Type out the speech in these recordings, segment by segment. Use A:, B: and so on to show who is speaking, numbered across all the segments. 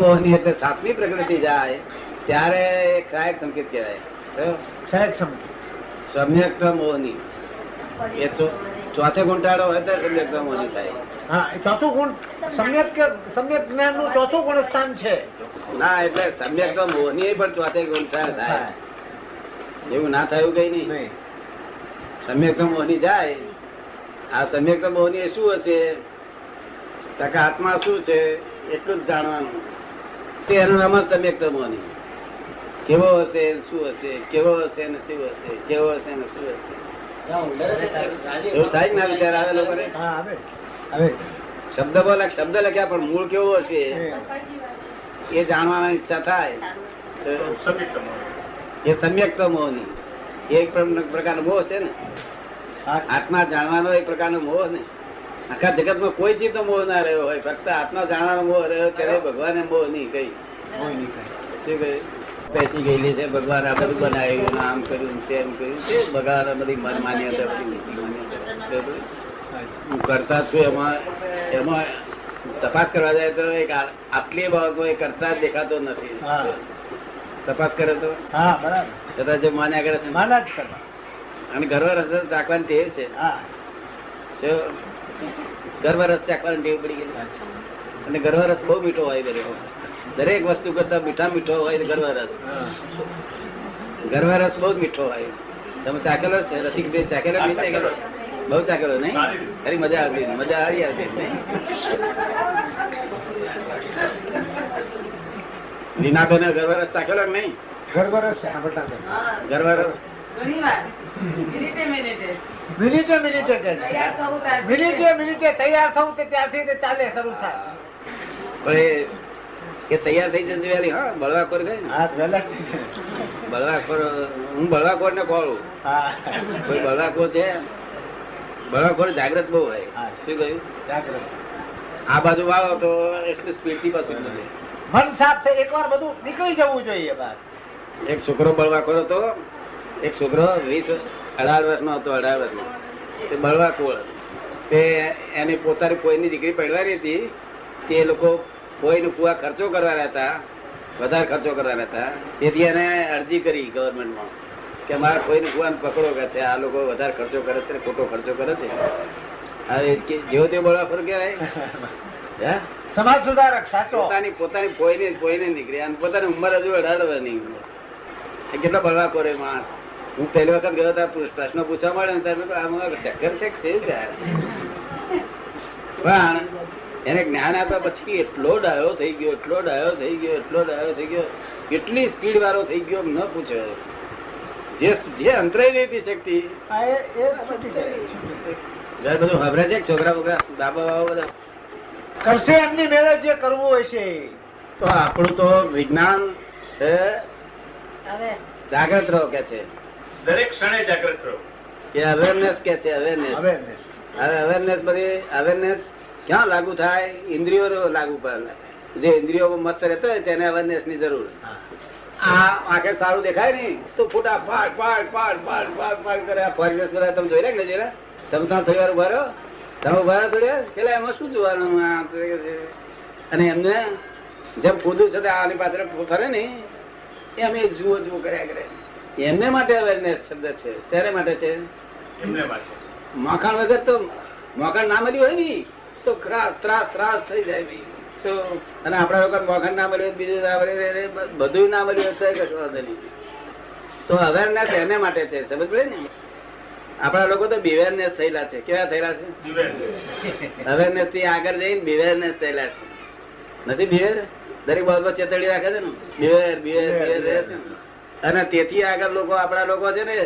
A: મોહની એટલે સાતમી પ્રકૃતિ જાય ત્યારે એ કાયક સંકેત કહેવાય શું?
B: સાહેબ સમજો
A: સમ્યક્ત મોહની એ ચો- ચોથે ગુંટાળો હોય તો સમ્યક્ત મોહની થાય
B: હા એ ચોથું ગુણ સમ્યક કે- સમ્યક જ્ઞાનનું ચોથું ગુણ સ્થાન છે
A: ના એટલે સમ્યક્ત મોહની પણ ચોથે ગુંટાળ થાય એવું ના થયું કઈ નહીં
B: નહીં.
A: સમ્યક્ત મોહની જાય આ સમ્યક્ત મોહની એ શું હશે તકે આત્મા શું છે એટલું જ જાણવાનું તે એનું નામ જ સમ્યક્ત મોહની કેવો હશે શું હશે કેવો હશે ને શું હશે કેવો હશે ને શું હશે એવું થાય ને આ વિચાર આવે લોકોને
B: હા આવે આવે
A: શબ્દ બોલા શબ્દ લખ્યા પણ મૂળ કેવો હશે એ જાણવાની ઈચ્છા થાય એ સમ્યક્ત મોહની એ એક પ્રમ- પ્રકારનો મોહ છે ને
B: હા,
A: આત્મા જાણવાનો એક પ્રકારનો મોહ ને આખા જગતમાં કોઈ ચીજનો મોહ ના રહ્યો હોય ફક્ત આત્મા જાણવાનો મોહ રહ્યો ત્યારે ભગવાને મોહ નહીં કહી
B: હોય નહીં કાંઈ.
A: શું કહ્યું બેસી ગયેલી છે ભગવાન આ બધું બનાવ્યું ને આમ કર્યું ને તેમ કર્યું છે ભગવાન આ બધી મન માન્યતા બધી બધી માન્યતા. શું કહ્યું?
B: હા.
A: હું કરતા છું એમાં એમાં તપાસ કરવા જાય તો એક આ- આટલી બાબતમાં એ કરતા જ દેખાતો નથી
B: હા.
A: તપાસ કરે તો
B: હા બરાબર
A: કદાચ એ માન્યા કરે છે
B: માના જ કરવા
A: અને ગર્વ રસ જ રાખવાની ટેવ છે
B: હા
A: જો ગર્વ રસ રાખવાની ટેવ પડી ગઈ અને ગર્વ રસ બહુ મીઠો હોય દરેક દરેક વસ્તુ કરતા મીઠા મીઠો હોય ગર્વ રસ
B: હા.
A: ગર્વ રસ બહુ જ મીઠો હોય તમે ચાકેલો છે રસિક ભાઈ ચાકેલો કે નહીં ચાકેલો બહુ ચાકેલો નહીં ખરી મજા આવતી મજા આવી આવતી નહીં લીનાબેને ગર્વ રસ ચાખેલો કે નહીં
B: ગરબરસ છે સાંભળતા નથી.
A: ગર્વ રસ
B: મિનિટે મિનિટે કે છે મિનિટે મિનિટે તૈયાર થવું કે ત્યારથી તે ચાલે શરૂ થાય
A: પણ એ- એ તૈયાર થઈ જતી વેલી હા બળવાખોર ગઈ ને
B: હા વહેલા જ છે
A: બળવાખોર હું બળવાખોર ને ખોળું
B: હા
A: કોઈ બળવાખોર છે બળવાખોર જાગ્રત બહુ હોય
B: હા.
A: શું કહ્યું
B: જાગૃત.
A: આ બાજુ વાળો તો એટલી સ્પીડ થી પાછું જ નથી
B: મન સાફ છે એકવાર બધું નીકળી જવું જોઈએ બહાર
A: એક છોકરો બળવાખોર હતો એક છોકરો વીસ અઢાર વર્ષનો હતો અઢાર વર્ષનો તે બળવાખોર તે એની પોતાની કોઈની દીકરી પડવાની હતી તે લોકો કોઈનું કુવા ખર્ચો કરવાના હતા વધારે ખર્ચો કરવાના હતા તેથી એને અરજી કરી ગવર્મેન્ટમાં કે અમારા કોઈને કુવાને પકડો કે છે આ લોકો વધારે ખર્ચો કરે છે ને ખોટો ખર્ચો કરે છે હવે કે જેવો તે બળવાખોર કહેવાય હે
B: સમાજ સુધારક સાચો
A: પોતાની પોતાની પોઈને પોઈને નીકળી અને પોતાની ઉંમર હજુ અઢાર નહીં એ કેટલો બળવા કોરે માણસ હું પહેલી વખત ગયો ત્યારે પૂછ- પ્રશ્ન પૂછવા મળ્યો ને ત્યારે મેં કહ્યું, આ મારા ચક્કર છે કે શું છે આ? પણ એને જ્ઞાન આપ્યા પછી એટલો ડાયો થઈ ગયો એટલો ડાયો થઈ ગયો એટલો ડાયો થઈ ગયો એટલી સ્પીડ વાળો થઈ ગયો ન પૂછ્યો જે જે અંતરાઈ રહી હતી શક્તિ
B: આ એ- એ છૂટી જાય.
A: ઘર બધું હભરે છે કે છોકરા બોકરા બાબા બાબા બધા
B: કરશે એમની મેળે જે કરવું હોય છે એ.
A: તો આપણું તો વિજ્ઞાન છે જાગ્રત રહો કે છે
C: દરેક ક્ષણે જાગ્રત રહો
A: એ અવેરનેસ કે છે અવેરનેસ
B: હવે એમને શું?
A: હવે અવેરનેસ બધી અવેરનેસ ક્યાં લાગુ થાય ઇન્દ્રિયો લાગુ પડે જે ઇન્દ્રિયો મસ્ત રહેતો હોય તેને અવેરનેસ ની જરૂર
B: હા.
A: આ આંખે સારું દેખાય નહીં તો ફૂટા ફાટ ફાટ ફાટ ફાટ ફાટ ફાટ કરે આ ફોરેનર્સ બધા તમે જોઈ રહ્યા કે નહીં જોઈ રહ્યા તમે ત્યાં થોડી વાર ઉભા રહો તમે ઉભા રહો થોડી વાર એટલે એમાં શું જોવાનું આ તો કે છે. અને એમને જેમ કૂદું છે તે આની પાત્ર ફરે ને એ અમે જુઓ જુઓ કર્યા કરે એમને માટે અવેરનેસ શબ્દ છે ત્યારે માટે છે
C: એમને માટે
A: માખણ વગર તો મોખણ ના મળ્યું હોય ને તો ત્રાસ ત્રાસ ત્રાસ થઈ જાય ભઈ. શું? અને આપણા લોકો મોખણ ના મળ્યું હોય, બીજું ના મળ્યું હોય, બ- બધું ના મળ્યું હોય તોય કશો વાંધો નહીં તો અવેરનેસ એને માટે છે સમજ પડે ને આપણા લોકો તો બિવેરનેસ થયેલા છે કેવા થયેલા છે
C: જીવન
A: અવેરનેસ થી આગળ જઈને બિવેરનેસ થયેલા છે નથી બિવેર દરેક બાબત ચેતવણી રાખે છે ને બિવેર બિવેર બિવેર રહે છે ને. અને તેથી આગળ લોકો આપણા લોકો છે ને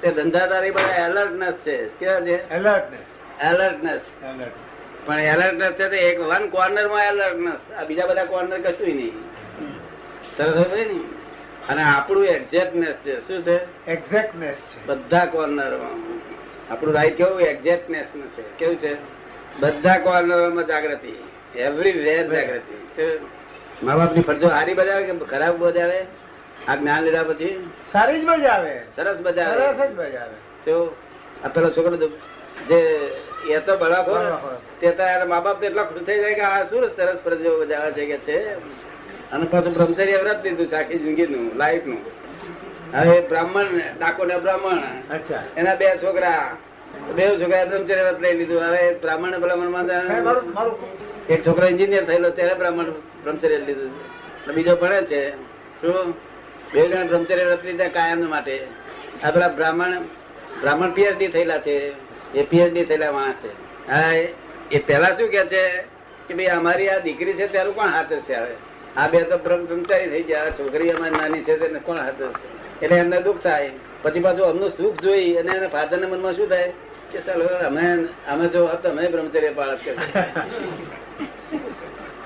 A: તે ધંધાદારી બધા એલર્ટનેસ છે કેવા છે
B: એલર્ટનેસ
A: એલર્ટનેસ
B: એલર્ટ
A: પણ એલર્ટનેસ છે તે એક વન કોર્નર માં એલર્ટનેસ આ બીજા બધા કોર્નર કશું નહીં સરસ હોય ને અને આપણું એક્ઝેક્ટનેસ છે શું છે
B: એક્ઝેક્ટનેસ છે
A: બધા કોર્નરમાં આપણું રાઈટ કેવું એક્ઝેક્ટનેસ નું છે કેવું છે બધા કોર્નરોમાં જાગૃતિ એવરીવેર જાગૃતિ મા બાપની ફરજો સારી બજાવે કે ખરાબ બજાવે આ જ્ઞાન લીધા પછી
B: સારી જ મજા આવે
A: સરસ
B: સરસ
A: બજાવે
B: જ મજા આવે
A: તો આ પેલો છોકરો તો જે એ તો બળવાખોર
B: બળવાખોર.
A: તે તારા મા બાપ તો એટલા ખુશ થઈ જાય કે આ શું સરસ ફરજો બજાવે છે કે છે અને પાછું બ્રહ્મચર્ય વ્રત લીધું છે આખી જિંદગીનું લાઈફનું હવે બ્રાહ્મણ ડાકોર ને બ્રાહ્મણ
B: અચ્છા
A: એના બે છોકરા બે છોકરા બ્રહ્મચર્ય વ્રત લઈ લીધું હવે બ્રાહ્મણ ભલામણ
B: સાહેબ,
A: માં
B: મારું મારું
A: એક છોકરો એન્જિનિયર થયેલો ત્યારે બ્રાહ્મણ બ્રહ્મચર્ય લીધું અને બીજો ભણે છે શું બે જણ બ્રહ્મચર્ય વ્રત લીધા કાયમ માટે આ પેલા બ્રાહ્મણ બ્રાહ્મણ પીએચડી થયેલા છે એ પીએચડી થયેલા માણસ છે હા એ- એ પહેલા શું કે છે કે ભાઈ અમારી આ દીકરી છે ત્યારે કોણ હાથે છે આવે આ બે તો બ્રહ્મ બ્રહ્મચારી થઈ ગયા આ છોકરી અમારી નાની છે તેને કોણ હાથે છે એટલે એમને દુઃખ થાય પછી પાછું અમનું સુખ જોઈ અને એના ફાધરના મનમાં શું થાય કે ચાલો અમે અમે જો હોત તો અમે બ્રહ્મચર્ય પાળત કરત.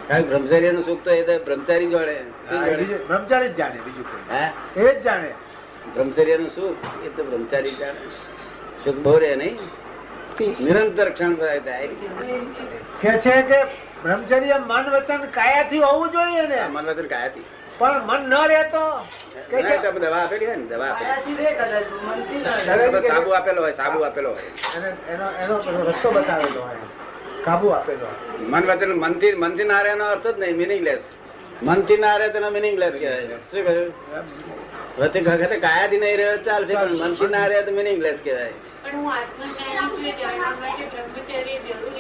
A: કારણ બ્રહ્મચારી નું સુખ તો એ તો બ્રહ્મચારી જોડે શું
B: હા, એ
A: જોડે?
B: બીજું- બ્રહ્મચારી જ જાણે બીજું કોઈ
A: હા
B: એ જ જાણે
A: બ્રહ્મચર્ય નું સુખ એ તો બ્રહ્મચારી જાણે સુખ બહુ રહે નહીં નિરંતર ક્ષણ ભરાય થાય
B: કે છે કે બ્રહ્મચર્ય મન વચન કાયાથી હોવું જોઈએ ને
A: આ મનવચન કાયાથી
B: પણ મન ન રહેતો કે
A: ના,
B: છે
A: તમે દવા આપેલી હોય ને દવા આપેલી
B: દરેક
A: તમે સાબુ આપેલો હોય સાબુ આપેલો હોય
B: એને એનો એનો પેલો રસ્તો બતાવેલો હોય કાબુ આપેલો હોય.
A: મન વચન મનથી મનથી ના રહે એનો અર્થ જ નહીં મિનિંગલેસ મનથી ના રહે તેનો મિનિંગલેસ કહેવાય શું કહ્યું વચ્ચે વખતે કાયાથી નહીં રહ્યો ચાલશે પણ મનથી ના રહે તો મિનિંગલેસ કહેવાય
D: પણ હું આત્મજ્ઞાની છું એ જાણવા માટે બ્રહ્મચર્ય જરૂરી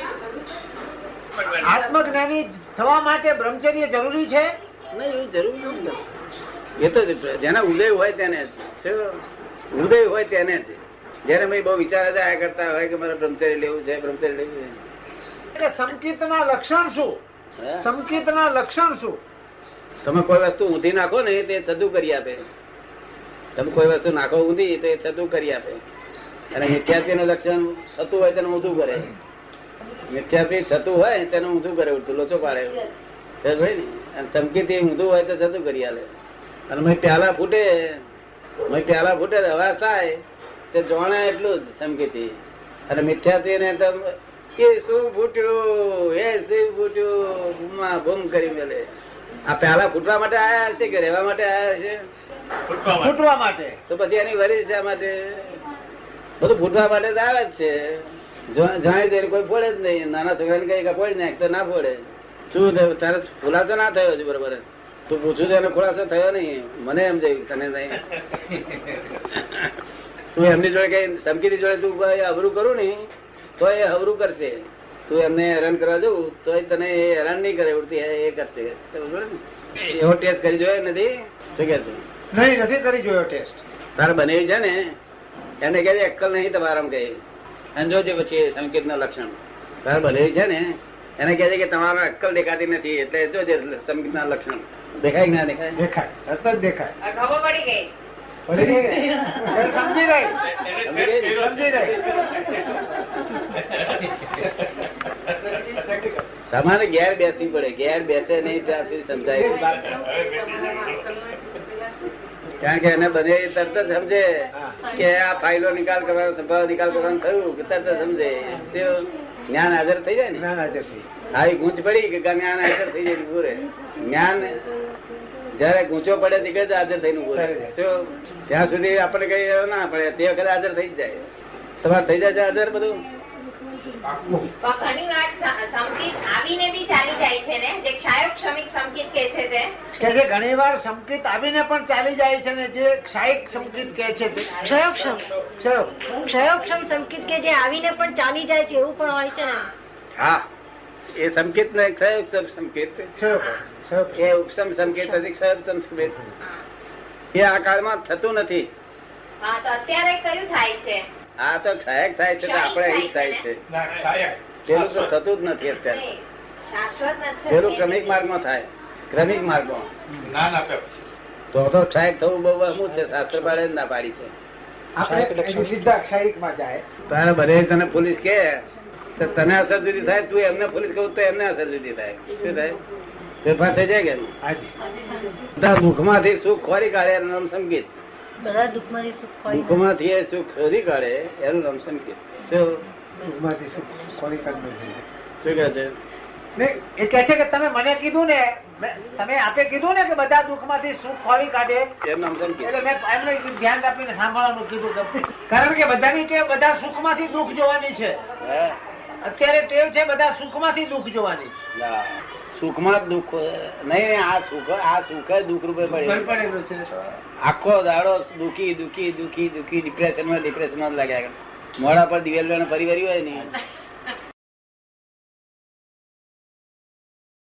D: ખરું
B: આત્મજ્ઞાની થવા માટે બ્રહ્મચર્ય જરૂરી છે
A: નહીં એવું જરૂરી નથી એ તો જેના ઉદય હોય તેને જ. શું? ઉદય હોય તેને જ જેને ભાઈ બહુ વિચાર જ આયા કરતા હોય કે મારે બ્રહ્મચર્ય લેવું છે બ્રહ્મચર્ય લેવું છે
B: એટલે સંકિતના લક્ષણ શું
A: હે?
B: સંકિતના લક્ષણ શું
A: તમે કોઈ વસ્તુ ઊંધી નાખો ને તે થતું કરી આપે તમે કોઈ વસ્તુ નાખો ઊંધી તો એ થતું કરી આપે અને મિથ્યાત્વીનું લક્ષણ થતું હોય તેને ઊંધું કરે મિથ્યાત્વી થતું હોય તેને ઊંધું કરે ઉડતું લોચો પાડે ખબર પડી ને? અને ચમકીથી ઊંધું હોય તો થતું કરી આલે અને મેં પ્યાલા ફૂટે મેં પ્યાલા ફૂટે તો અવાજ થાય તે જોણે એટલું જ ચમકીથી અને મિથ્યાત્વી ને તો એ શું ફૂટ્યું એ શું ફૂટ્યું બૂમા બૂમ કરી મેલે આ પહેલા ફૂટવા માટે આયા છે કે રહેવા માટે આયા છે
C: ફૂટવા માટે.
B: ફૂટવા માટે
A: તો પછી એની વરી શા માટે બધું ફૂટવા માટે જ આવે જ છે જો- જાણી જોઈને કોઈ ફોડે જ નહીં નાના છોકરાને કઈ કે ફોડી નાખ તો ના ફોડે શું થયું તારે ખુલાસો ના થયો હજુ બરોબર તું પૂછું છે એનો ખુલાસો થયો નહીં મને એમ જઈ તને નહીં તું એમની જોડે કઈ ધમકીની જોડે તું કોઈ અવરું કરું ને તો એ અવરું કરશે તું એમને હેરાન કરવા જવું તો એ તને એ હેરાન નહીં કરે ઉડતી એ કરશે સમજો ને? એવો ટેસ્ટ કરી જોયો નથી શું કે છે
B: નહીં નથી કરી જોયો ટેસ્ટ
A: તારે બનેવી છે ને એને કહે અક્કલ નહીં તમારામાં કહે અને જોજે પછી એ સંકેતના લક્ષણ તારે બનેવી છે ને એને કહે છે કે તમારા અક્કલ દેખાતી નથી એટલે જોજે સંકેતના લક્ષણ દેખાય કે ના દેખાય
B: દેખાય તરત જ દેખાય
D: આ ખબર પડી ગઈ
B: પડી ગઈ ને? એ સમજી રહી
C: એને
A: સમજી ગઈ?
C: ટેસ્ટ કર્યો
B: સમજી
C: છે.
B: રહી
A: તમારે ઘેર બેસવી પડે ઘેર બેસે નહીં ત્યાં સુધી સમજાય નહીં.
C: હવે બેટી છે, બોલો.
A: કારણ કે એને બને એ તરત જ સમજે
B: હા.
A: કે આ ફાઇલો નિકાલ કરવાનો સંભાવ નિકાલ કરવાનું થયું કે તરત જ સમજે તે જ્ઞાન હાજર થઈ જાય ને
B: ના ના જતી
A: આવી ગૂંચ પડી કે જ્ઞાન હાજર થઈ જાય પૂરે જ્ઞાન જયારે ગૂંચો પડે તે જ હાજર થઈને પૂરે ત્યાં સુધી આપણે કઈ એવું ના પડે તે વખતે હાજર થઈ જ જાય તમારે થઈ જાય છે હાજર બધું
D: પણ ઘણી વાર સ- સંકેત આવીને બી ચાલી જાય છે ને જે ક્ષાયોક શ્રમિક સંકેત કે છે તે
B: કે જે ઘણી વાર સંકેત આવીને પણ ચાલી જાય છે ને જે ક્ષાયિક સંકેત કે છે તે
E: ક્ષયોક્ષમ
B: ચલો
E: ક્ષયોક્ષમ સંકેત કે જે આવીને પણ ચાલી જાય છે એવું પણ હોય છે ને
A: હા એ સંકેત ને ક્ષય ઉપસમ સંકેત
B: ચલો ચલો
A: એ ઉપસમ સંકેત નથી ક્ષય ઉપસમ સંકેત એ આ કાળમાં થતું નથી
D: હા તો અત્યારે કયું થાય છે
A: આ તો ક્ષાયક થાય છે તો આપણે અહિત થાય છે
C: ના, સહાયક.
A: પેલું તો થતું જ નથી અત્યારે
D: નહીં, શાશ્વત નથી
A: પેલું ક્રમિક માર્ગમાં થાય ક્રમિક માર્ગમાં
C: ના, ના, પેલું.
A: તો તો ક્ષાયક થવું બહુ અમુક છે શાસ્ત્ર પાડે જ ના પાડી છે
B: આપણે એની સીધા ક્ષાયિક માં જાય
A: તારે બધે તને પોલીસ કે તો તને અસર જુદી થાય તું એમને પોલીસ કહું તો એમને અસર જુદી થાય શું થાય ફેરફાર થઈ જાય કે એમ?
B: હાજી
A: તારા દુઃખમાંથી સુખ ખોરી કાઢે એનું નામ સંગીત
E: બધા દુઃખમાંથી સુખ પડી જાય.
A: દુઃખમાંથી એ સુખ ખોરી કાઢે એનું નામ સંગીત શું
B: દુઃખમાંથી સુખ કોની કાંડ નથી
A: શું કહે છે
B: નહીં, એ કે છે કે તમે મને કીધું ને મેં- તમે આપે કીધું ને કે બધા દુઃખમાંથી સુખ ખોરી કાઢે
A: એનું નામ સંગીત
B: એટલે મેં એમને ધ્યાન આપીને સાંભળવાનું કીધું કે કારણ કે બધાની ટેવ બધા સુખમાંથી દુઃખ જોવાની છે
A: હા
B: અત્યારે ટેવ છે બધા સુખમાંથી દુઃખ જોવાની
A: ના. સુખમાં જ દુઃખ નહીં આ સુખ આ સુખ જ દુઃખ રૂપે પડે
B: પડેલું છે
A: આખો દાડો દુખી દુખી દુખી દુખી ડિપ્રેશનમાં ડિપ્રેશનમાં જ લાગ્યા કરે. મોડા પર દિવેલ વેણ ફરી વળી હોય ને